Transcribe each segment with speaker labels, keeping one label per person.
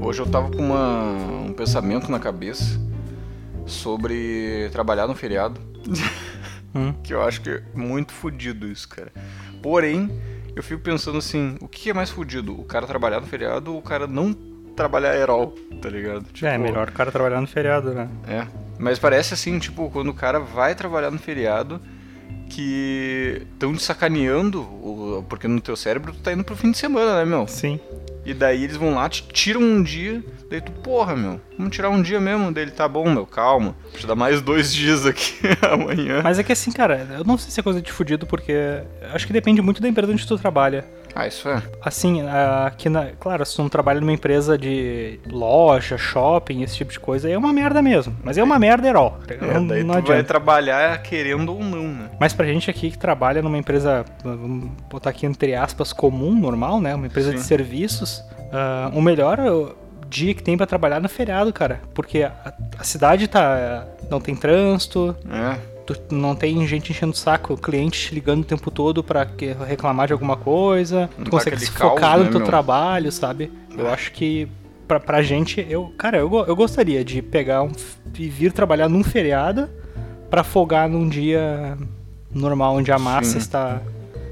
Speaker 1: hoje eu tava com uma, um pensamento na cabeça sobre trabalhar no feriado.
Speaker 2: Hum.
Speaker 1: que eu acho que é muito fodido isso, cara. Porém, eu fico pensando assim, o que é mais fodido? O cara trabalhar no feriado ou o cara não trabalhar herol, tá ligado?
Speaker 2: é, melhor o cara trabalhar no feriado, né?
Speaker 1: É. Mas parece assim, tipo, quando o cara vai trabalhar no feriado, que estão te sacaneando, o- porque no teu cérebro tu tá indo pro fim de semana, né, meu?
Speaker 2: Sim.
Speaker 1: E daí eles vão lá, te tiram um dia, daí tu, porra, meu, vamos tirar um dia mesmo. Daí ele, tá bom, meu, calma, deixa eu dar mais dois dias aqui amanhã.
Speaker 2: Mas é que assim, cara, eu não sei se é coisa de fudido, porque acho que depende muito da empresa onde tu trabalha.
Speaker 1: Ah, isso é.
Speaker 2: Assim, a- aqui na. Claro, se tu não trabalha numa empresa de loja, shopping, esse tipo de coisa, aí é uma merda mesmo. Mas é uma merda herói.
Speaker 1: É,
Speaker 2: não
Speaker 1: daí
Speaker 2: não
Speaker 1: tu vai
Speaker 2: adianta.
Speaker 1: trabalhar querendo ou não, né?
Speaker 2: Mas pra gente aqui que trabalha numa empresa, vamos botar aqui entre aspas, comum, normal, né? Uma empresa de
Speaker 1: Sim.
Speaker 2: serviços, ah, o melhor ah, dia que tem pra trabalhar é no feriado, cara. Porque a, a cidade tá. não tem trânsito,
Speaker 1: É.
Speaker 2: tu não tem gente enchendo o saco, o cliente te ligando o tempo todo pra que- reclamar de alguma coisa,
Speaker 1: Não
Speaker 2: tu
Speaker 1: tá
Speaker 2: consegue
Speaker 1: aquele
Speaker 2: se focar
Speaker 1: caos,
Speaker 2: no
Speaker 1: né,
Speaker 2: teu
Speaker 1: meu? É.
Speaker 2: trabalho, sabe? Eu acho que pra, pra gente, eu, cara, eu, go- eu gostaria de pegar um, f- e vir trabalhar num feriado pra folgar num dia normal, onde a massa
Speaker 1: Sim.
Speaker 2: está,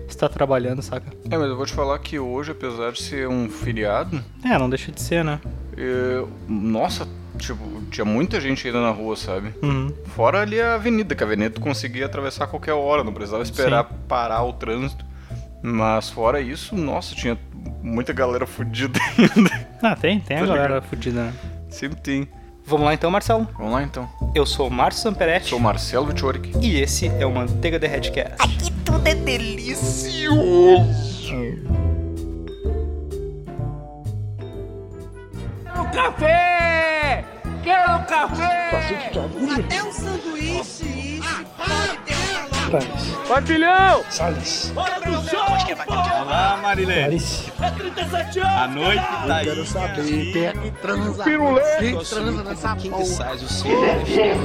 Speaker 2: está trabalhando, saca?
Speaker 1: É, mas eu vou te falar que hoje, apesar de ser um feriado,
Speaker 2: É, não deixa de ser, né?
Speaker 1: é, nossa, tipo, tinha muita gente ainda na rua, sabe?
Speaker 2: Uhum.
Speaker 1: Fora ali a avenida, que a avenida tu conseguia atravessar a qualquer hora, não precisava esperar parar o trânsito. Mas fora isso, nossa, tinha muita galera fudida ainda.
Speaker 2: Ah, tem, tem a
Speaker 1: Tô
Speaker 2: galera fudida, né?
Speaker 1: Sempre tem.
Speaker 2: Vamos lá então, Marcelo.
Speaker 1: Vamos lá então.
Speaker 2: Eu sou o Márcio Samperetti
Speaker 1: Sou o Marcelo Vitorik.
Speaker 2: e esse é o Manteiga The Headcast.
Speaker 3: Aqui tudo é delicioso.
Speaker 4: Quero café! Quero café!
Speaker 5: Até o sanduíche, isso. pode deixar lá.
Speaker 4: Patilhão!
Speaker 6: Olá, Marilene. A noite tá aí. Quero saber.
Speaker 5: Pega e transa.
Speaker 4: Pirulê!
Speaker 5: Quem transa nessa porra?
Speaker 6: o seu.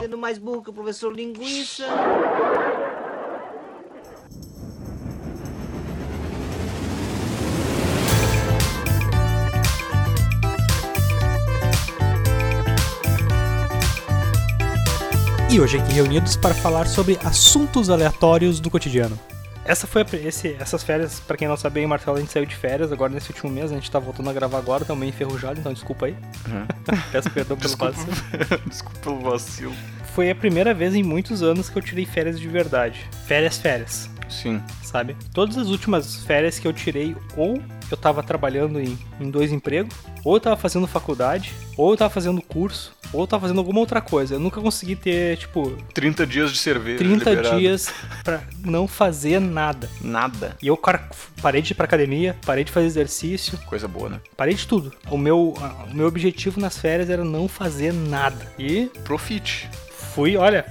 Speaker 5: Sendo mais burro que o professor linguiça.
Speaker 2: E hoje aqui reunidos para falar sobre assuntos aleatórios do cotidiano. Essa foi a pri- esse- essas férias, pra quem não sabe, eu e o Marcelo a gente saiu de férias agora nesse último mês, a gente tá voltando a gravar agora, tá meio enferrujado, então desculpa aí. Peço perdão pelo
Speaker 1: Desculpa.
Speaker 2: vacilo.
Speaker 1: Desculpa pelo vacilo.
Speaker 2: Foi a primeira vez em muitos anos que eu tirei férias de verdade. Férias, férias,
Speaker 1: Sim.
Speaker 2: sabe? Todas as últimas férias que eu tirei, ou eu tava trabalhando em, em dois empregos, ou eu tava fazendo faculdade, ou eu tava fazendo curso, ou eu tava fazendo alguma outra coisa. Eu nunca consegui ter, tipo,
Speaker 1: 30 dias de cerveja.
Speaker 2: 30
Speaker 1: liberado.
Speaker 2: dias pra não fazer nada.
Speaker 1: Nada.
Speaker 2: E eu cara, parei de ir pra academia, parei de fazer exercício,
Speaker 1: Coisa boa, né?
Speaker 2: parei de tudo. O meu, a- o meu objetivo nas férias era não fazer nada. E
Speaker 1: Profite.
Speaker 2: fui, olha,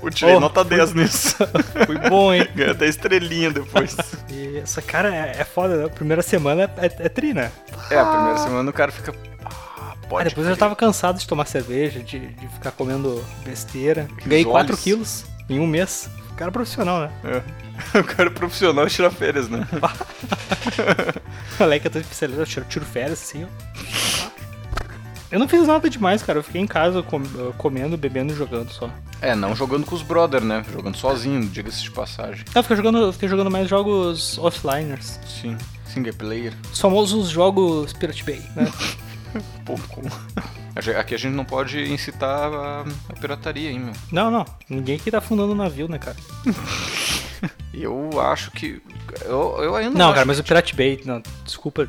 Speaker 1: Eu tirei
Speaker 2: Oh,
Speaker 1: nota 10 nisso.
Speaker 2: fui bom, hein?
Speaker 1: Ganhei até estrelinha depois.
Speaker 2: E essa cara é, é foda, né? Primeira semana é, é tri, né?
Speaker 1: é, a primeira semana o cara fica. Ah,
Speaker 2: Ah,
Speaker 1: pode.
Speaker 2: depois eu
Speaker 1: crer.
Speaker 2: já tava cansado de tomar cerveja, de, de ficar comendo besteira. Ganhei
Speaker 1: olhos.
Speaker 2: 4 quilos em um mês. Cara profissional, né?
Speaker 1: É. O cara é profissional tira férias, né?
Speaker 2: Moleque, eu tô especializado, eu tiro, tiro férias assim, ó. Eu não fiz nada demais, cara. Eu fiquei em casa com- eh, comendo, bebendo e jogando só.
Speaker 1: É, não jogando com os brother, né? Jogando sozinho, diga-se de passagem.
Speaker 2: Ah, Eu fiquei jogando, eu fiquei jogando mais jogos offliners.
Speaker 1: Sim. Single player.
Speaker 2: Os famosos jogos Pirate Bay, né?
Speaker 1: Pouco. A gen- Aqui a gente não pode incitar a, a pirataria, hein, meu?
Speaker 2: não, não. Ninguém aqui tá afundando o navio, né, cara?
Speaker 1: Eu acho que. Eu, eu ainda.
Speaker 2: Não,
Speaker 1: acho
Speaker 2: cara, mas o Pirate Bay. Não, desculpa.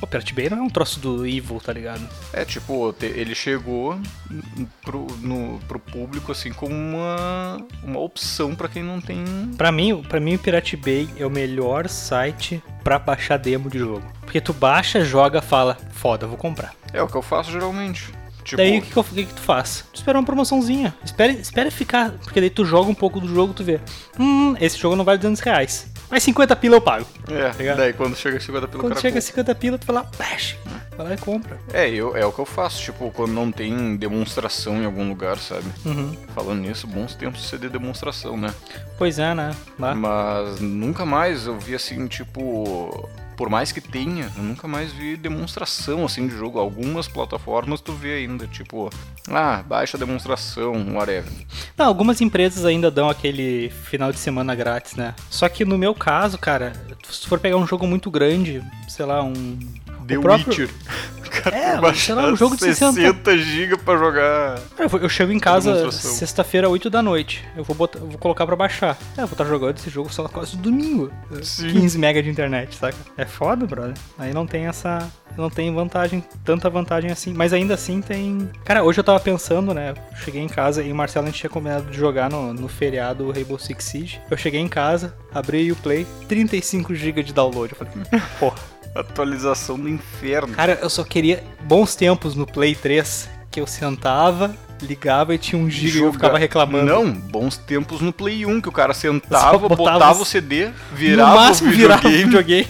Speaker 2: O Pirate Bay não é um troço do Evil, tá ligado?
Speaker 1: É, tipo, te- ele chegou n- pro, no- pro público, assim, como uma, uma opção pra quem não tem...
Speaker 2: Pra mim, pra mim, o Pirate Bay é o melhor site pra baixar demo de jogo. Porque tu baixa, joga, fala, foda, vou comprar.
Speaker 1: É o que eu faço geralmente. Tipo,
Speaker 2: Daí o que, que, eu- o que que tu faz? Tu espera uma promoçãozinha. Espera, espera ficar, porque daí tu joga um pouco do jogo, tu vê. Hum, esse jogo não vale 200 reais. Mas 50 pila eu pago.
Speaker 1: é,
Speaker 2: tá ligado?
Speaker 1: daí quando chega, chega da pelo
Speaker 2: Quando
Speaker 1: cara...
Speaker 2: chega a
Speaker 1: pô,
Speaker 2: 50 pila, tu fala, "Bash". Vai lá e compra.
Speaker 1: É, eu, é o que eu faço, tipo, quando não tem demonstração em algum lugar, sabe?
Speaker 2: Uhum.
Speaker 1: Falando nisso, bons tempos de CD demonstração, né?
Speaker 2: Pois é, né? Lá.
Speaker 1: Hum. Mas nunca mais eu vi assim, tipo. Por mais que tenha, eu nunca mais vi demonstração assim de jogo. Algumas plataformas tu vê ainda, tipo, ah, baixa a demonstração, whatever.
Speaker 2: Não, algumas empresas ainda dão aquele final de semana grátis, né? Só que no meu caso, cara, se tu for pegar um jogo muito grande, sei lá, um.
Speaker 1: The
Speaker 2: o próprio-
Speaker 1: Witcher. O cara
Speaker 2: É,
Speaker 1: baixar
Speaker 2: sei lá, um jogo de 60.
Speaker 1: 60 GB pra jogar.
Speaker 2: Eu, vou- eu chego em casa
Speaker 1: Demonstração.
Speaker 2: sexta-feira, 8 da noite. Eu vou, botar, eu vou colocar pra baixar. É, eu vou estar jogando esse jogo só quase domingo.
Speaker 1: Sim.
Speaker 2: 15 mega de internet, saca? É foda, brother. Aí não tem essa. Não tem vantagem, tanta vantagem assim. Mas ainda assim tem. Cara, hoje eu tava pensando, né? Cheguei em casa e o Marcelo a gente tinha combinado de jogar no, no feriado Rainbow Six Siege. Eu cheguei em casa, abri o Play, 35 GB de download. Eu falei, porra.
Speaker 1: Atualização do inferno.
Speaker 2: Cara, eu só queria bons tempos no Play 3 que eu sentava, ligava e tinha um giga e eu
Speaker 1: Joga-
Speaker 2: ficava reclamando.
Speaker 1: Não, bons tempos no Play 1, que o cara sentava,
Speaker 2: Só
Speaker 1: botava,
Speaker 2: botava
Speaker 1: o
Speaker 2: os-
Speaker 1: CD, virava
Speaker 2: no máximo
Speaker 1: o videogame,
Speaker 2: virava o videogame.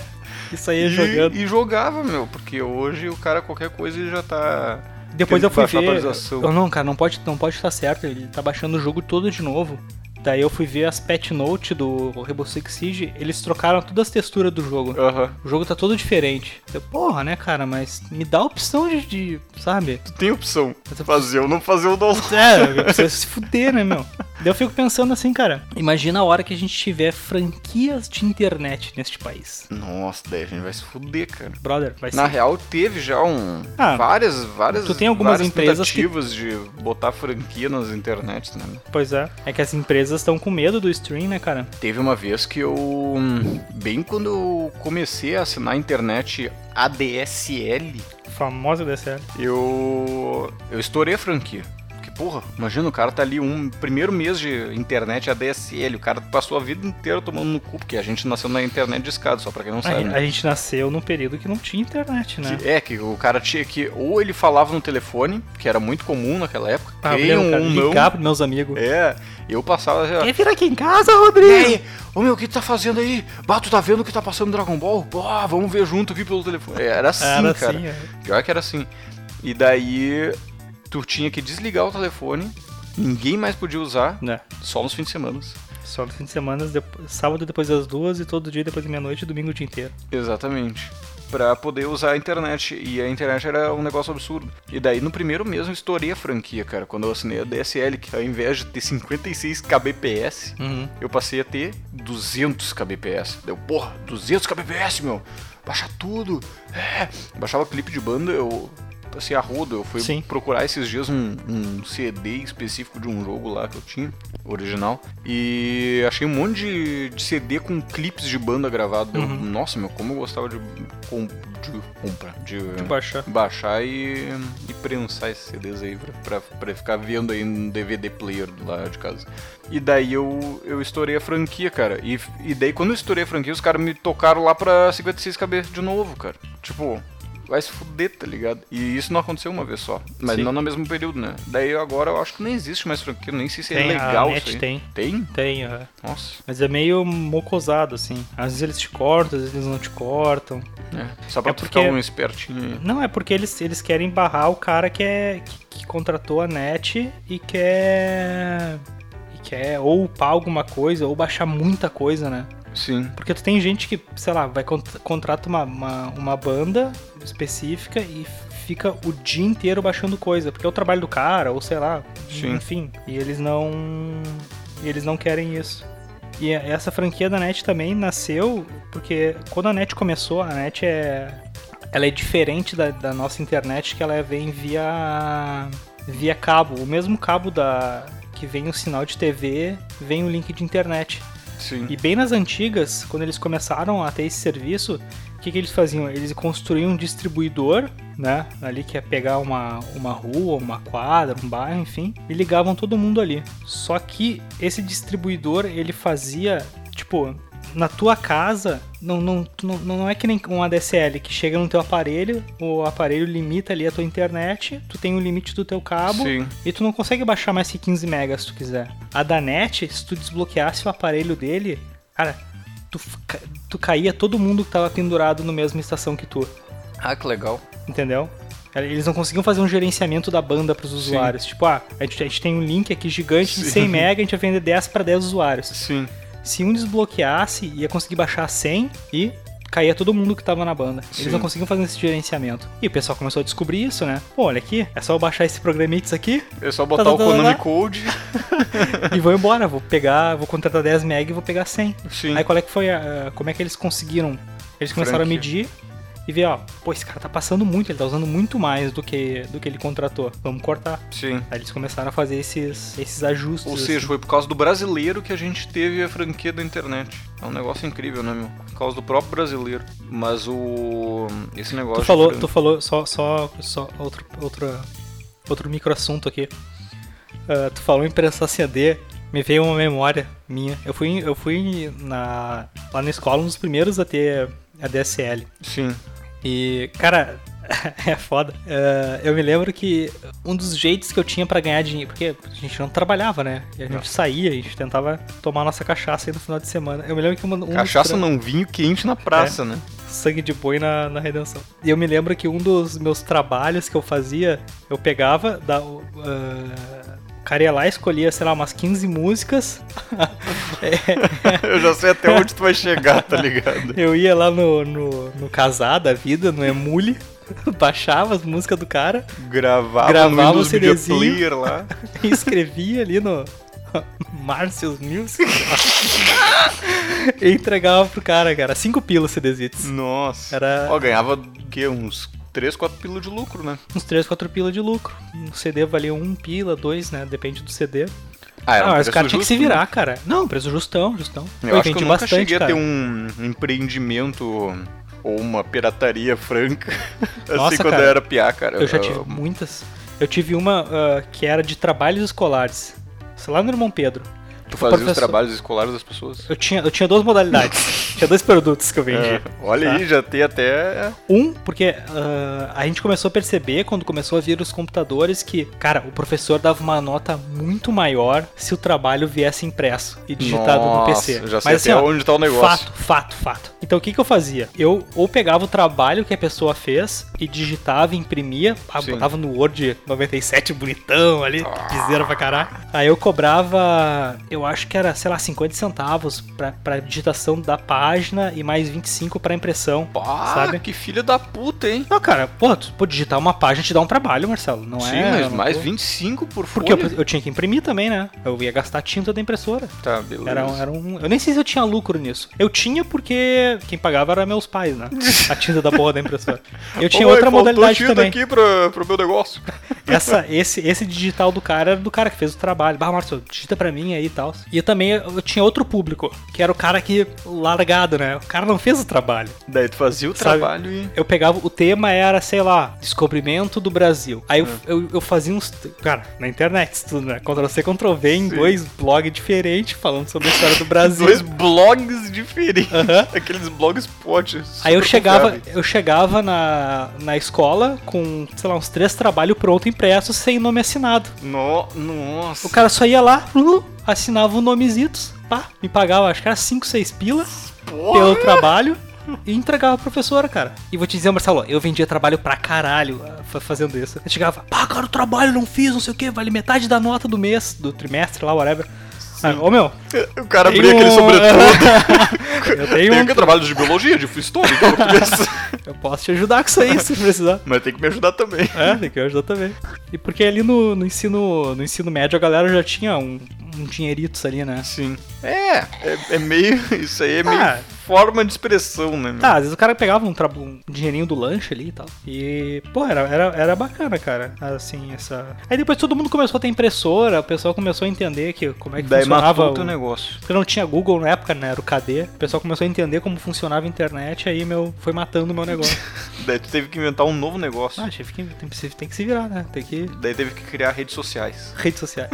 Speaker 2: Isso aí é jogando.
Speaker 1: e, e jogava, meu, porque hoje o cara, qualquer coisa, ele já tá...
Speaker 2: Depois
Speaker 1: tendo
Speaker 2: eu
Speaker 1: que
Speaker 2: fui
Speaker 1: baixar a
Speaker 2: ver.
Speaker 1: atualização.
Speaker 2: Eu, não, cara, não pode, não pode estar certo. Ele tá baixando o jogo todo de novo. Daí eu fui ver as patch note do Rainbow Six Siege. Eles trocaram todas as texturas do jogo.
Speaker 1: Aham.
Speaker 2: O jogo tá todo diferente. Eu, porra, né, cara? Mas me dá a opção de- de sabe?
Speaker 1: Tu tem opção,
Speaker 2: Eu tô-
Speaker 1: fazer ou não fazer o download.
Speaker 2: É, precisa se fuder, né, meu? Daí eu fico pensando assim, cara. Imagina a hora que a gente tiver franquias de internet neste país.
Speaker 1: Nossa, daí a gente vai se fuder, cara.
Speaker 2: Brother, vai
Speaker 1: Na
Speaker 2: ser.
Speaker 1: real, teve já um.
Speaker 2: Ah,
Speaker 1: várias, várias.
Speaker 2: tu tem algumas
Speaker 1: várias
Speaker 2: empresas que-
Speaker 1: tentativas de botar franquia nas internets, né?
Speaker 2: Pois é. É que as empresas estão com medo do stream, né, cara?
Speaker 1: Teve uma vez que eu. hum, Bem quando eu comecei a assinar a internet ADSL,
Speaker 2: Famosa DSL.
Speaker 1: eu. Eu estourei a franquia. Porque, porra, imagina, o cara tá ali um primeiro mês de internet ADSL, o cara passou a vida inteira tomando no cu, porque a gente nasceu na internet de escada, só pra quem não
Speaker 2: A,
Speaker 1: sabe. né?
Speaker 2: a gente nasceu num período que não tinha internet, né?
Speaker 1: Que- é, que o cara tinha que. Ou ele falava no telefone, que era muito comum naquela época.
Speaker 2: Ah, eu
Speaker 1: quem
Speaker 2: lembro, cara,
Speaker 1: ou um não.
Speaker 2: ligar pros meus amigos.
Speaker 1: É, eu passava. já,
Speaker 2: Quer vir aqui em casa,
Speaker 1: E
Speaker 2: Rodrigo?
Speaker 1: aí, ô meu, o que tu tá fazendo aí? Bah, tu tá vendo o que tá passando Dragon Ball? Bah, vamos ver junto aqui pelo telefone. É, Era assim,
Speaker 2: Era
Speaker 1: cara.
Speaker 2: assim, é.
Speaker 1: Pior que era assim. E daí, tu tinha que desligar o telefone, ninguém mais podia usar,
Speaker 2: Né?
Speaker 1: só nos fins de semana.
Speaker 2: Só no fim de semana, depois- sábado depois das duas e todo dia depois da meia-noite e domingo o dia inteiro.
Speaker 1: Exatamente. Pra poder usar a internet. E a internet era um negócio absurdo. E daí, no primeiro mês, eu estourei a franquia, cara. Quando eu assinei a DSL, que ao invés de ter 56 kbps,
Speaker 2: Uhum.
Speaker 1: eu passei a ter 200 kbps. Deu, porra, 200 kbps, meu. Baixar tudo. É. Baixava clipe de banda, eu passei a rodo. Eu fui
Speaker 2: Sim.
Speaker 1: procurar esses dias um, um CD específico de um jogo lá que eu tinha, original. E achei um monte de, de CD com clipes de banda gravado. Deu,
Speaker 2: Uhum.
Speaker 1: nossa, meu, como eu gostava de, com, de compra, de,
Speaker 2: baixar.
Speaker 1: baixar e, e prensar esses CDs aí pra, pra, pra ficar vendo aí no DVD player lá de casa. E daí eu, eu estourei a franquia, cara. E, e daí quando eu estourei a franquia, os caras me tocaram lá pra 56 cabeças de novo, cara. Tipo, vai se fuder, tá ligado? E isso não aconteceu uma vez só. Mas
Speaker 2: Sim.
Speaker 1: não no mesmo período, né? Daí agora eu acho que nem existe mais franquia, nem sei se é
Speaker 2: Tem, a
Speaker 1: legal
Speaker 2: net
Speaker 1: isso aí.
Speaker 2: tem.
Speaker 1: Tem?
Speaker 2: Tem, aham.
Speaker 1: Nossa.
Speaker 2: Mas é meio mocosado, assim. Às vezes eles te cortam, às vezes eles não te cortam.
Speaker 1: É. Só pra
Speaker 2: É
Speaker 1: tu
Speaker 2: porque-
Speaker 1: ficar um espertinho aí.
Speaker 2: Não, é porque eles, eles querem barrar o cara que, é, que, que contratou a net e quer. e quer ou upar alguma coisa ou baixar muita coisa, né?
Speaker 1: Sim.
Speaker 2: Porque tu tem gente que, sei lá, vai con- contrata uma, uma, uma banda específica e fica o dia inteiro baixando coisa. Porque é o trabalho do cara, ou sei lá,
Speaker 1: Sim.
Speaker 2: enfim. E eles não. E eles não querem isso. E a- essa franquia da NET também nasceu, porque quando a NET começou, a NET é. Ela é diferente da, da nossa internet, que ela vem via. via cabo. O mesmo cabo da. que vem o sinal de TV, vem o link de internet.
Speaker 1: Sim.
Speaker 2: E bem nas antigas, quando eles começaram a ter esse serviço, o que, que eles faziam? Eles construíam um distribuidor, né? Ali que ia pegar uma, uma rua, uma quadra, um bairro, enfim, e ligavam todo mundo ali. Só que esse distribuidor, ele fazia, tipo, na tua casa, não, não, tu não, não é que nem um ADSL que chega no teu aparelho, o aparelho limita ali a tua internet, tu tem o limite do teu cabo,
Speaker 1: Sim.
Speaker 2: e tu não consegue baixar mais que 15 megas se tu quiser. A da NET, se tu desbloqueasse o aparelho dele, cara, tu, f- ca- tu caía todo mundo que tava pendurado no mesmo estação que tu.
Speaker 1: Ah, que legal.
Speaker 2: Entendeu? Eles não conseguiam fazer um gerenciamento da banda pros usuários. Tipo, ah, a gente, a gente tem um link aqui gigante de
Speaker 1: Sim.
Speaker 2: 100 mega, a gente vai vender 10 para 10 usuários.
Speaker 1: Sim.
Speaker 2: Se um desbloqueasse, ia conseguir baixar 100 e caía todo mundo que tava na banda. Eles
Speaker 1: Sim.
Speaker 2: não conseguiam fazer esse gerenciamento. E o pessoal começou a descobrir isso, né? Pô, olha aqui, é só eu baixar esse programitz aqui
Speaker 1: É só botar o
Speaker 2: Tá, tá, tá,
Speaker 1: Konami
Speaker 2: tá.
Speaker 1: Code.
Speaker 2: e vou embora. Vou pegar, vou contratar 10 mega e vou pegar 100.
Speaker 1: Sim.
Speaker 2: Aí qual é que foi a, a- como é que eles conseguiram? Eles começaram a
Speaker 1: Franquia.
Speaker 2: medir e ver, ó, pô, esse cara tá passando muito, ele tá usando muito mais do que do que ele contratou. Vamos cortar.
Speaker 1: Sim.
Speaker 2: Aí eles começaram a fazer esses esses ajustes.
Speaker 1: Ou seja,
Speaker 2: assim.
Speaker 1: foi por causa do brasileiro que a gente teve a franquia da internet. É um negócio incrível, né, meu? Por causa do próprio brasileiro. Mas o. Esse negócio.
Speaker 2: tu
Speaker 1: de
Speaker 2: falou,
Speaker 1: fran-
Speaker 2: tu falou só só só outro outro outro micro assunto aqui. Ah, tu falou em prensar CD, me veio uma memória minha. Eu fui eu fui na lá na escola um dos primeiros a ter a DSL.
Speaker 1: Sim.
Speaker 2: E, cara, é foda. É, eu me lembro que um dos jeitos que eu tinha pra ganhar dinheiro, porque a gente não trabalhava, né? E a gente saía, a gente tentava tomar nossa cachaça aí no final de semana. Eu me lembro que uma, um dos
Speaker 1: Cachaça
Speaker 2: tra-
Speaker 1: não vinho quente na praça,
Speaker 2: É.
Speaker 1: né?
Speaker 2: sangue de boi na, na redenção. E eu me lembro que um dos meus trabalhos que eu fazia, eu pegava, da, o- ah, o cara ia lá, escolhia, sei lá, umas 15 músicas. É,
Speaker 1: Eu já sei até onde tu vai chegar, tá ligado?
Speaker 2: Eu ia lá no, no, no casar da vida, no emule, baixava as músicas do cara.
Speaker 1: Gravava,
Speaker 2: Gravava
Speaker 1: no Windows
Speaker 2: o
Speaker 1: Media
Speaker 2: CDzinho.
Speaker 1: Player lá.
Speaker 2: e escrevia ali no Marcius Music e entregava pro cara, cara. Cinco pilas
Speaker 1: Hum.
Speaker 2: CDzitos.
Speaker 1: Nossa.
Speaker 2: Era-
Speaker 1: Ó, ganhava o quê? Uns 3, 4 pila de lucro, né?
Speaker 2: Uns três, quatro pilas de lucro. Um CD valia um pila, dois, né? Depende do CD.
Speaker 1: Ah,
Speaker 2: Ah, mas o
Speaker 1: preço
Speaker 2: cara tinha que se
Speaker 1: justo, né?
Speaker 2: virar, cara. Não, um preço justão, justão.
Speaker 1: Eu acho que eu
Speaker 2: vendi
Speaker 1: nunca cheguei a ter um empreendimento ou uma pirataria franca. assim
Speaker 2: Nossa,
Speaker 1: quando
Speaker 2: cara.
Speaker 1: eu era piá, cara.
Speaker 2: Eu já tive muitas. Eu tive uma ah, que era de trabalhos escolares. Sei lá no Irmão Pedro.
Speaker 1: Tu fazia os
Speaker 2: professor-
Speaker 1: trabalhos escolares das pessoas?
Speaker 2: Eu tinha, eu tinha duas modalidades. tinha dois produtos que eu vendi.
Speaker 1: É, olha
Speaker 2: Tá.
Speaker 1: aí, já tem até.
Speaker 2: Um, porque ah, a gente começou a perceber quando começou a vir os computadores que, cara, o professor dava uma nota muito maior se o trabalho viesse impresso e digitado no
Speaker 1: Nossa,
Speaker 2: PC.
Speaker 1: já sei até onde tá o negócio.
Speaker 2: assim, Fato, fato, fato. Então o que, que eu fazia? Eu ou pegava o trabalho que a pessoa fez e digitava, imprimia, ah,
Speaker 1: Sim. Ah.
Speaker 2: botava no Word 97 bonitão ali, piseira pra caralho. Aí eu cobrava, eu acho que era, sei lá, 50 centavos pra, pra digitação da página e mais 25 pra impressão.
Speaker 1: Pá,
Speaker 2: sabe?
Speaker 1: que filha da puta, hein?
Speaker 2: Não, cara, pô, tu, pô, digitar uma página te dá um trabalho, Marcelo, não
Speaker 1: Sim,
Speaker 2: é? eu
Speaker 1: mas
Speaker 2: não
Speaker 1: mais
Speaker 2: tô-
Speaker 1: 25 por folha.
Speaker 2: Porque eu, eu tinha que imprimir também, né? Eu ia gastar tinta da impressora.
Speaker 1: Tá, beleza.
Speaker 2: Era, um- era um. Eu nem sei se eu tinha lucro nisso. Eu tinha porque quem pagava era meus pais, né? A tinta da porra da impressora. Eu tinha
Speaker 1: Ô, mãe,
Speaker 2: outra
Speaker 1: faltou
Speaker 2: modalidade
Speaker 1: tinta
Speaker 2: também.
Speaker 1: aqui pra, pro meu negócio.
Speaker 2: Essa, esse, esse digital do cara era do cara que fez o trabalho. Bah, Marcelo, digita pra mim aí e tal. E eu também eu tinha outro público, que era o cara que largado, né? O cara não fez o trabalho.
Speaker 1: Daí tu fazia o
Speaker 2: Sabe?
Speaker 1: trabalho e.
Speaker 2: Eu pegava, o tema era, sei lá, descobrimento do Brasil. Aí
Speaker 1: Hum.
Speaker 2: eu, eu, eu fazia uns. Cara, na internet, isso tudo, né? Ctrl C, Ctrl V em
Speaker 1: Sim.
Speaker 2: dois blogs diferentes falando sobre a história do Brasil.
Speaker 1: Dois blogs diferentes.
Speaker 2: Aham.
Speaker 1: Aqueles blogs potes.
Speaker 2: Aí eu
Speaker 1: super
Speaker 2: chegava,
Speaker 1: confiáveis.
Speaker 2: eu chegava na, na escola com, sei lá, uns três trabalhos pronto impressos sem nome assinado.
Speaker 1: No- Nossa.
Speaker 2: O cara só ia lá, uh, assinava o nomezitos, pá, me pagava, acho que era 5, 6 pila pelo trabalho e entregava a professora, cara. E vou te dizer, Marcelo, eu vendia trabalho pra caralho ah, fa- fazendo isso. Eu chegava, pá, cara, o trabalho não fiz, não sei o que, vale metade da nota do mês, do trimestre lá, whatever. Ah, ô meu,
Speaker 1: O cara
Speaker 2: tem
Speaker 1: abria aquele
Speaker 2: um-
Speaker 1: sobretudo.
Speaker 2: eu tenho
Speaker 1: aqui
Speaker 2: um,
Speaker 1: trabalho de biologia, de então história, de português.
Speaker 2: eu posso te ajudar com isso aí se precisar.
Speaker 1: Mas tem que me ajudar também.
Speaker 2: É, tem que ajudar também. E porque ali no, no ensino, no ensino médio a galera já tinha um, um dinheiritos ali, né?
Speaker 1: Sim. É, é, é meio. Isso aí é meio
Speaker 2: Ah.
Speaker 1: forma de expressão, né? meu?
Speaker 2: Tá, às vezes o cara pegava um, tra- um dinheirinho do lanche ali e tal. E, pô, era, era, era bacana, cara. Assim, essa. Aí depois todo mundo começou a ter impressora, o pessoal começou a entender que como é que
Speaker 1: Daí matou
Speaker 2: funcionava.
Speaker 1: o teu
Speaker 2: o-
Speaker 1: negócio.
Speaker 2: Porque não tinha Google na época, né? Era o KD. O pessoal começou a entender como funcionava a internet, aí meu, foi matando o meu negócio.
Speaker 1: Daí tu teve que inventar um novo negócio.
Speaker 2: ah, tive que, tem, que se- tem que se virar, né? Tem que.
Speaker 1: Daí teve que criar redes sociais
Speaker 2: Redes sociais.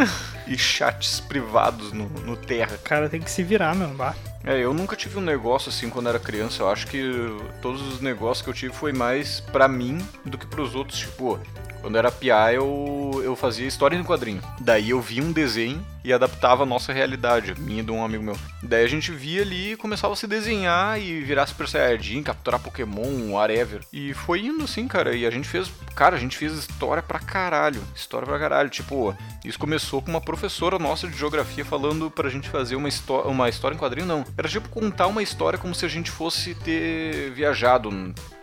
Speaker 1: e chats privados no, no Terra.
Speaker 2: O cara tem que se virar, meu. Bah.
Speaker 1: É, eu nunca tive um negócio assim quando era criança. Eu acho que todos os negócios que eu tive foi mais pra mim do que pros outros. Tipo, Quando eu era piá, eu, eu fazia história em quadrinho. Daí eu via um desenho e adaptava a nossa realidade, minha e de um amigo meu. Daí a gente via ali e começava a se desenhar e virar Super Saiyajin, capturar Pokémon, whatever. E foi indo assim, cara. E a gente fez, cara, a gente fez história pra caralho. História pra caralho. Tipo, isso começou com uma professora nossa de geografia falando pra gente fazer uma, histó uma história em quadrinho, não. Era tipo contar uma história como se a gente fosse ter viajado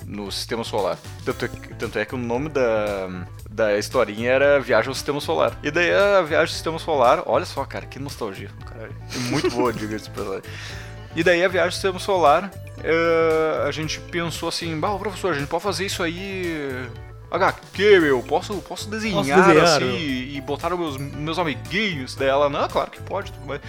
Speaker 1: no sistema solar. Tanto é, que- tanto é que o nome da, da historinha era Viagem ao Sistema Solar. E daí a viagem ao Sistema Solar, olha só, cara, que nostalgia. do Caralho. Muito boa, diga-se pra lá. E daí a viagem ao Sistema Solar, eh, a gente pensou assim, bah, ô, professor, a gente pode fazer isso aí... HQ, meu, posso, posso desenhar,
Speaker 2: desenhar, né?"
Speaker 1: assim
Speaker 2: meu.
Speaker 1: e botar os meus, meus amiguinhos dela. Não, claro que pode, tudo mais.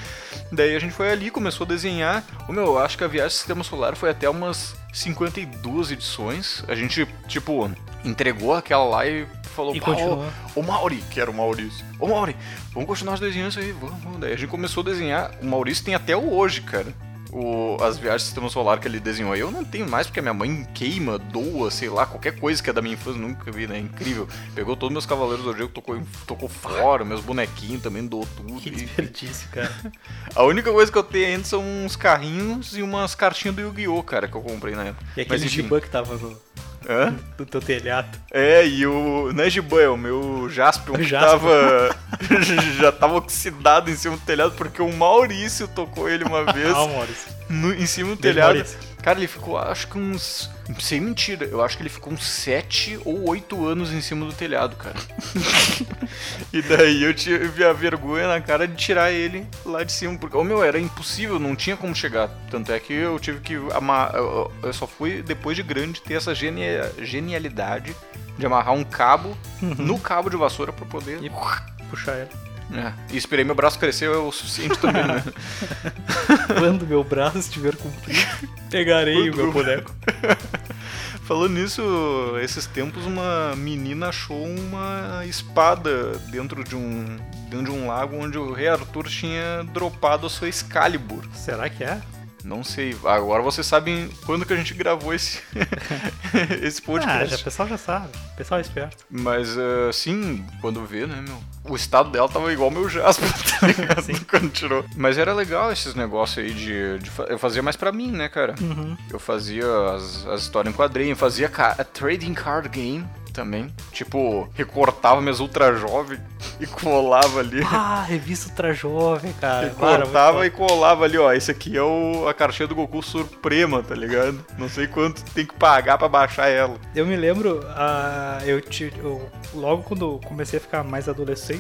Speaker 1: Daí a gente foi ali, começou a desenhar. Ô meu, eu acho que a viagem ao sistema solar foi até umas 52 edições. A gente, tipo, entregou aquela lá e falou,
Speaker 2: E
Speaker 1: "Pá,
Speaker 2: continuou.
Speaker 1: Ô, ô Mauri, que era o Maurício. Ô Mauri, vamos continuar os desenhos aí, vamos, vamos. Daí a gente começou a desenhar. O Maurício tem até hoje, cara. O, as viagens do sistema solar que ele desenhou aí, eu não tenho mais porque a minha mãe queima, doa, sei lá, qualquer coisa que é da minha infância, nunca vi, né? Incrível. Pegou todos meus cavaleiros do Zodíaco, tocou, em- tocou fora, meus bonequinhos também doou tudo.
Speaker 2: Que
Speaker 1: E-
Speaker 2: desperdício, cara.
Speaker 1: a única coisa que eu tenho ainda são uns carrinhos e umas cartinhas do Yu-Gi-Oh, cara, que eu comprei na época.
Speaker 2: E aquele
Speaker 1: enfim.
Speaker 2: Giban que tava no,
Speaker 1: Hã?
Speaker 2: no teu telhado.
Speaker 1: É, e o. Não é Giban, é o meu Jaspion que
Speaker 2: Jaspion.
Speaker 1: tava. já tava oxidado em cima do telhado, porque o Maurício tocou ele uma vez
Speaker 2: Ah, Maurício.
Speaker 1: no- em cima do
Speaker 2: Beijo,
Speaker 1: telhado.
Speaker 2: Maurício.
Speaker 1: Cara, ele ficou, acho que uns. Sem mentira, eu acho que ele ficou uns 7 ou 8 anos em cima do telhado, cara. e daí eu tive a vergonha na cara de tirar ele lá de cima. Porque, ô meu, era impossível, não tinha como chegar. Tanto é que eu tive que. Amar, eu, eu só fui, depois de grande, ter essa genia- genialidade de amarrar um cabo no cabo de vassoura pra poder.
Speaker 2: E puxar ele.
Speaker 1: É, e esperei meu braço crescer o suficiente também, né?
Speaker 2: Quando meu braço estiver comprido, pegarei o meu boneco.
Speaker 1: Falando nisso, esses tempos uma menina achou uma espada dentro de um dentro de um lago onde o rei Arthur tinha dropado a sua Excalibur.
Speaker 2: Será que é?
Speaker 1: Não sei, agora vocês sabem quando que a gente gravou esse esse
Speaker 2: Ah, já, o
Speaker 1: podcast.
Speaker 2: pessoal já sabe. O pessoal é esperto.
Speaker 1: Mas ah, sim, quando vê, né, meu? O estado dela tava igual ao meu Jasper, tá ligado? Quando tirou. Mas era legal esses negócios aí de, de fa- Eu fazia mais pra mim, né, cara?
Speaker 2: Uhum.
Speaker 1: Eu fazia as, as histórias em quadrinho, fazia ca- a trading card game também. Tipo, recortava minhas ultra jovem e colava ali.
Speaker 2: Ah, revista Ultra Jovem, cara. Cara, muito
Speaker 1: Cortava
Speaker 2: bom.
Speaker 1: e colava ali, ó. Esse aqui é o, a caixinha do Goku Suprema, tá ligado? Não sei quanto tem que pagar pra baixar ela.
Speaker 2: Eu me lembro, ah, eu, ti- eu- logo quando eu comecei a ficar mais adolescente,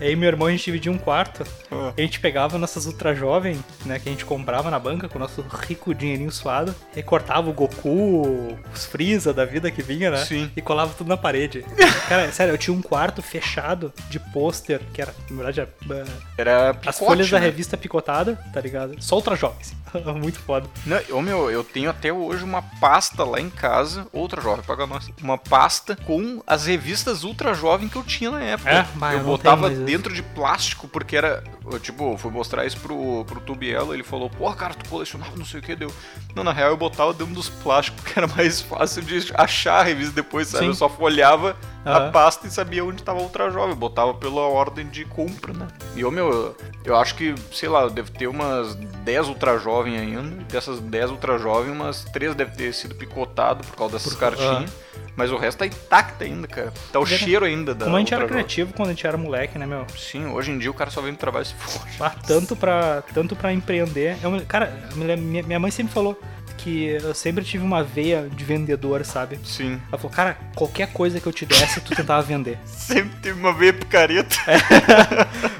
Speaker 2: aí meu irmão a gente dividia um quarto,
Speaker 1: Ah.
Speaker 2: a gente pegava nossas ultra jovem, né, que a gente comprava na banca com o nosso rico dinheirinho suado, recortava o Goku, os Freeza da vida que vinha, né?
Speaker 1: Sim.
Speaker 2: E colava tudo na parede. Cara, sério, eu tinha um quarto fechado de pôster, que era, na verdade, era, ah,
Speaker 1: Era
Speaker 2: as
Speaker 1: picote,
Speaker 2: folhas da
Speaker 1: né?
Speaker 2: revista picotada, tá ligado? Só ultra jovens. Muito foda.
Speaker 1: Não, eu, meu, eu tenho até hoje uma pasta lá em casa, outra jovem, paga nós, uma pasta com as revistas ultra jovem que eu tinha na época.
Speaker 2: É? Bah, eu
Speaker 1: eu
Speaker 2: não
Speaker 1: botava
Speaker 2: tenho mais isso.
Speaker 1: dentro de plástico, porque era, eu, tipo, eu fui mostrar isso pro, pro Tubielo, ele falou, pô, cara, tu colecionava não sei o que, deu. Não, na real eu botava dentro dos plásticos, porque era mais fácil de achar a revista depois, sabe?
Speaker 2: Sim.
Speaker 1: Eu só folhava a
Speaker 2: Aham.
Speaker 1: pasta e sabia onde tava a ultra jovem, botava pela ordem de compra, né? E eu, meu, eu- eu acho que, sei lá, eu devo ter umas 10 ultra jovem ainda. Dessas 10 ultra jovem, umas 3 deve ter sido picotado por causa dessas cartinhas. Mas o resto tá intacto ainda, cara. Tá o
Speaker 2: Era-
Speaker 1: cheiro ainda da
Speaker 2: Como a gente era
Speaker 1: Ultra Jovem.
Speaker 2: criativo quando a gente era moleque, né, meu?
Speaker 1: Sim, hoje em dia o cara só vem do trabalho e se foge.
Speaker 2: Ah, tanto pra tanto para empreender. Eu me- cara, eu me lembro- minha, minha mãe sempre falou que eu sempre tive uma veia de vendedor, sabe?
Speaker 1: Sim.
Speaker 2: Ela falou, cara, qualquer coisa que eu te desse, tu tentava vender.
Speaker 1: Sempre teve uma veia picareta.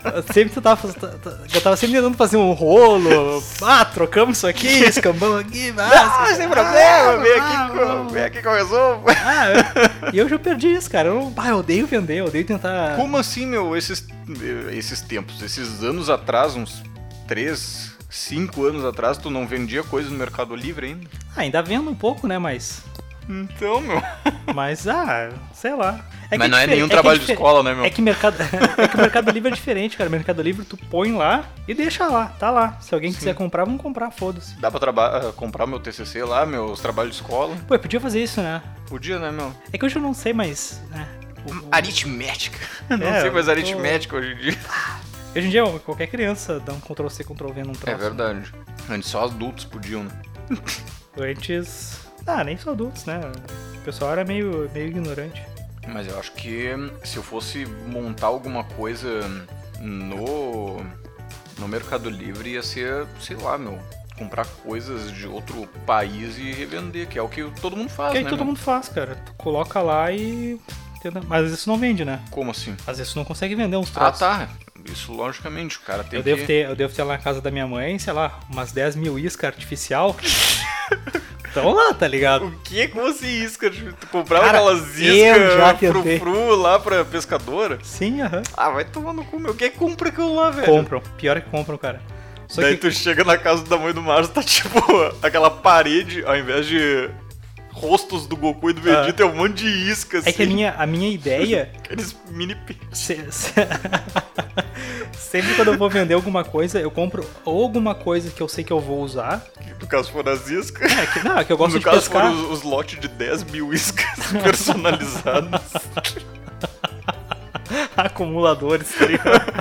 Speaker 2: Eu sempre tentava fazer. t- t- Eu tava sempre tentando fazer um rolo. Ah, trocamos isso aqui, escambão aqui, ah,
Speaker 1: Ah, sem problema, vem aqui, com, vem aqui que eu resolvo.
Speaker 2: ah, eu- E eu já perdi isso, cara. Eu, não- ah, eu odeio vender, eu odeio tentar.
Speaker 1: Como assim, meu, esses, esses tempos, esses anos atrás, uns 3, 5 anos atrás, tu não vendia coisa no Mercado Livre ainda?
Speaker 2: Ah, ainda vendo um pouco, né? Mas.
Speaker 1: Então, meu.
Speaker 2: Mas, ah, sei lá. que
Speaker 1: Mas não é
Speaker 2: difer-
Speaker 1: nenhum
Speaker 2: que
Speaker 1: trabalho de
Speaker 2: difer-
Speaker 1: escola, né, meu?
Speaker 2: É que, mercado, é que o Mercado Livre é diferente, cara. O Mercado Livre tu põe lá e deixa lá, tá lá. Se alguém quiser comprar, vamos comprar, foda-se.
Speaker 1: Dá pra traba- ah, comprar meu TCC lá, meus trabalhos de escola?
Speaker 2: Pô, eu podia fazer isso, né?
Speaker 1: Podia, né, meu?
Speaker 2: É que hoje eu não sei mais, né?
Speaker 1: Hum, Aritmética. Não
Speaker 2: É,
Speaker 1: sei mais
Speaker 2: eu tô-
Speaker 1: aritmética hoje em dia.
Speaker 2: Hoje em dia, qualquer criança dá um Ctrl-C, Ctrl-V num troço. né?
Speaker 1: É verdade. Antes só adultos podiam, né?
Speaker 2: Antes... Ah, nem só adultos, né? O pessoal era meio, meio ignorante.
Speaker 1: Mas eu acho que hum, se eu fosse montar alguma coisa no, no Mercado Livre ia ser, sei lá, meu, comprar coisas de outro país e revender, que é o que todo mundo faz,
Speaker 2: Que aí
Speaker 1: né?
Speaker 2: todo
Speaker 1: meu?
Speaker 2: mundo faz, cara. Tu coloca lá e... tenta- Mas às vezes tu não vende, né?
Speaker 1: Como assim?
Speaker 2: Às vezes tu não consegue vender uns
Speaker 1: Ah,
Speaker 2: troços.
Speaker 1: tá. Isso logicamente, o cara tem
Speaker 2: Eu
Speaker 1: que...
Speaker 2: devo, ter, eu devo ter lá na casa da minha mãe, sei lá, umas 10 mil isca artificial. Então lá, tá ligado?
Speaker 1: O que como assim isca? Tu comprava
Speaker 2: Cara,
Speaker 1: aquelas
Speaker 2: eu já
Speaker 1: iscas
Speaker 2: tentei.
Speaker 1: frufru lá pra pescadora?
Speaker 2: Sim, aham.
Speaker 1: Ah, vai tomar no cu, meu. Quem compra aquilo lá, velho?
Speaker 2: Compram. Pior é que compram, cara. Só
Speaker 1: Daí
Speaker 2: que
Speaker 1: tu chega na casa da mãe do Márcio, tá tipo aquela parede, ao invés de rostos do Goku e do Vegeta, é um monte de isca, assim.
Speaker 2: é que a minha, a minha ideia.
Speaker 1: Aqueles mini... pe-
Speaker 2: se- se- Sempre quando eu vou vender alguma coisa, eu compro ou alguma coisa que eu sei que eu vou usar.
Speaker 1: que, No caso, foram as iscas.
Speaker 2: É, que, não, é que eu gosto
Speaker 1: no
Speaker 2: de
Speaker 1: caso,
Speaker 2: pescar.
Speaker 1: foram os, os lotes de 10 mil iscas personalizadas.
Speaker 2: Acumuladores, tá ligado?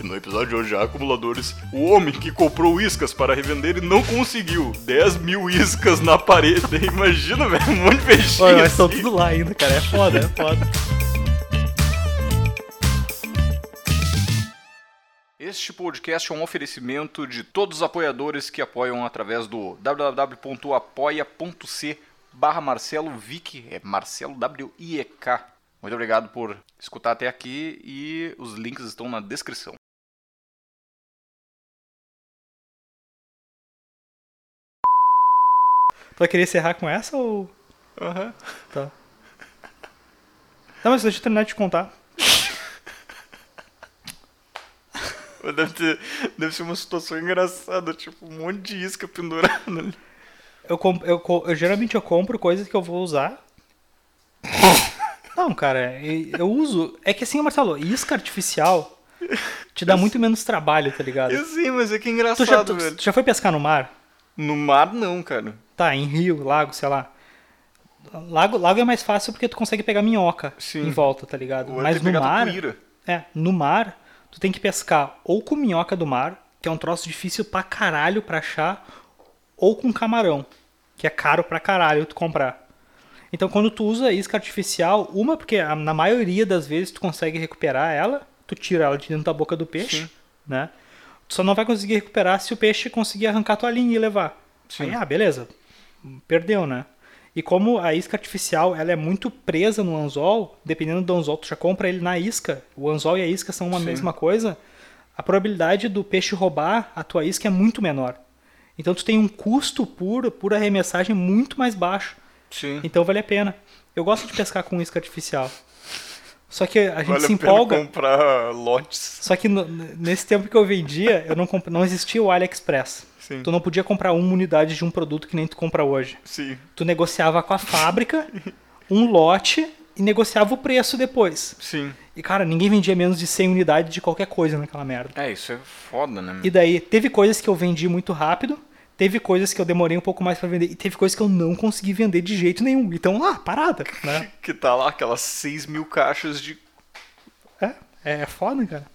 Speaker 1: E no episódio de hoje, há acumuladores, o homem que comprou iscas para revender e não conseguiu. 10 mil iscas na parede. Imagina, velho, um monte de peixinho.
Speaker 2: Olha, mas estão
Speaker 1: assim.
Speaker 2: tudo lá ainda, cara. É foda, é foda.
Speaker 1: Este podcast é um oferecimento de todos os apoiadores que apoiam através do www.apoia.c barra Marcelo Vick, é Marcelo W-I-E-K. Muito obrigado por escutar até aqui e os links estão na descrição.
Speaker 2: Tu vai querer encerrar com essa ou.
Speaker 1: Aham.
Speaker 2: Tá. Não, mas deixa eu terminar de te contar.
Speaker 1: Deve, ter- deve ser uma situação engraçada, tipo um monte de isca pendurada ali.
Speaker 2: Eu, comp- eu, co- eu geralmente eu compro coisas que eu vou usar. Não, cara, eu, eu uso. É que assim, Marcelo, isca artificial te dá muito menos trabalho, tá ligado?
Speaker 1: Eu sei, mas é que é
Speaker 2: Tu
Speaker 1: engraçado,
Speaker 2: já, tu-
Speaker 1: velho.
Speaker 2: tu já foi pescar no mar?
Speaker 1: No mar, não, cara.
Speaker 2: Tá, em rio, lago, sei lá. Lago, lago é mais fácil porque tu consegue pegar minhoca
Speaker 1: Sim.
Speaker 2: em volta, tá ligado?
Speaker 1: Eu
Speaker 2: Mas
Speaker 1: tenho
Speaker 2: no
Speaker 1: pegado
Speaker 2: mar.
Speaker 1: cuíra.
Speaker 2: É, no mar, tu tem que pescar ou com minhoca do mar, que é um troço difícil pra caralho pra achar, ou com camarão, que é caro pra caralho tu comprar. Então quando tu usa isca artificial, uma, porque a- na maioria das vezes tu consegue recuperar ela, tu tira ela de dentro da boca do peixe, né? Tu só não vai conseguir recuperar se o peixe conseguir arrancar tua linha e levar.
Speaker 1: Sim.
Speaker 2: Aí, ah, beleza. Perdeu, né? E como a isca artificial ela é muito presa no anzol, dependendo do anzol, tu já compra ele na isca, o anzol e a isca são uma
Speaker 1: Sim.
Speaker 2: mesma coisa, a probabilidade do peixe roubar a tua isca é muito menor. Então tu tem um custo por, por arremessagem muito mais baixo.
Speaker 1: Sim.
Speaker 2: Então vale a pena. Eu gosto de pescar com isca artificial. Só que a gente
Speaker 1: Vale
Speaker 2: se
Speaker 1: a pena
Speaker 2: empolga.
Speaker 1: comprar lotes.
Speaker 2: Só que no- n- nesse tempo que eu vendia, eu não, comp- não existia o AliExpress.
Speaker 1: Sim.
Speaker 2: Tu não podia comprar uma unidade de um produto que nem tu compra hoje.
Speaker 1: Sim.
Speaker 2: Tu negociava com a fábrica um lote e negociava o preço depois.
Speaker 1: Sim.
Speaker 2: E cara, ninguém vendia menos de 100 unidades de qualquer coisa naquela merda.
Speaker 1: É, isso é foda, né? meu?
Speaker 2: E daí teve coisas que eu vendi muito rápido, teve coisas que eu demorei um pouco mais pra vender e teve coisas que eu não consegui vender de jeito nenhum. Então lá, parada, né?
Speaker 1: Que tá lá aquelas 6 mil caixas de.
Speaker 2: É, é foda, cara.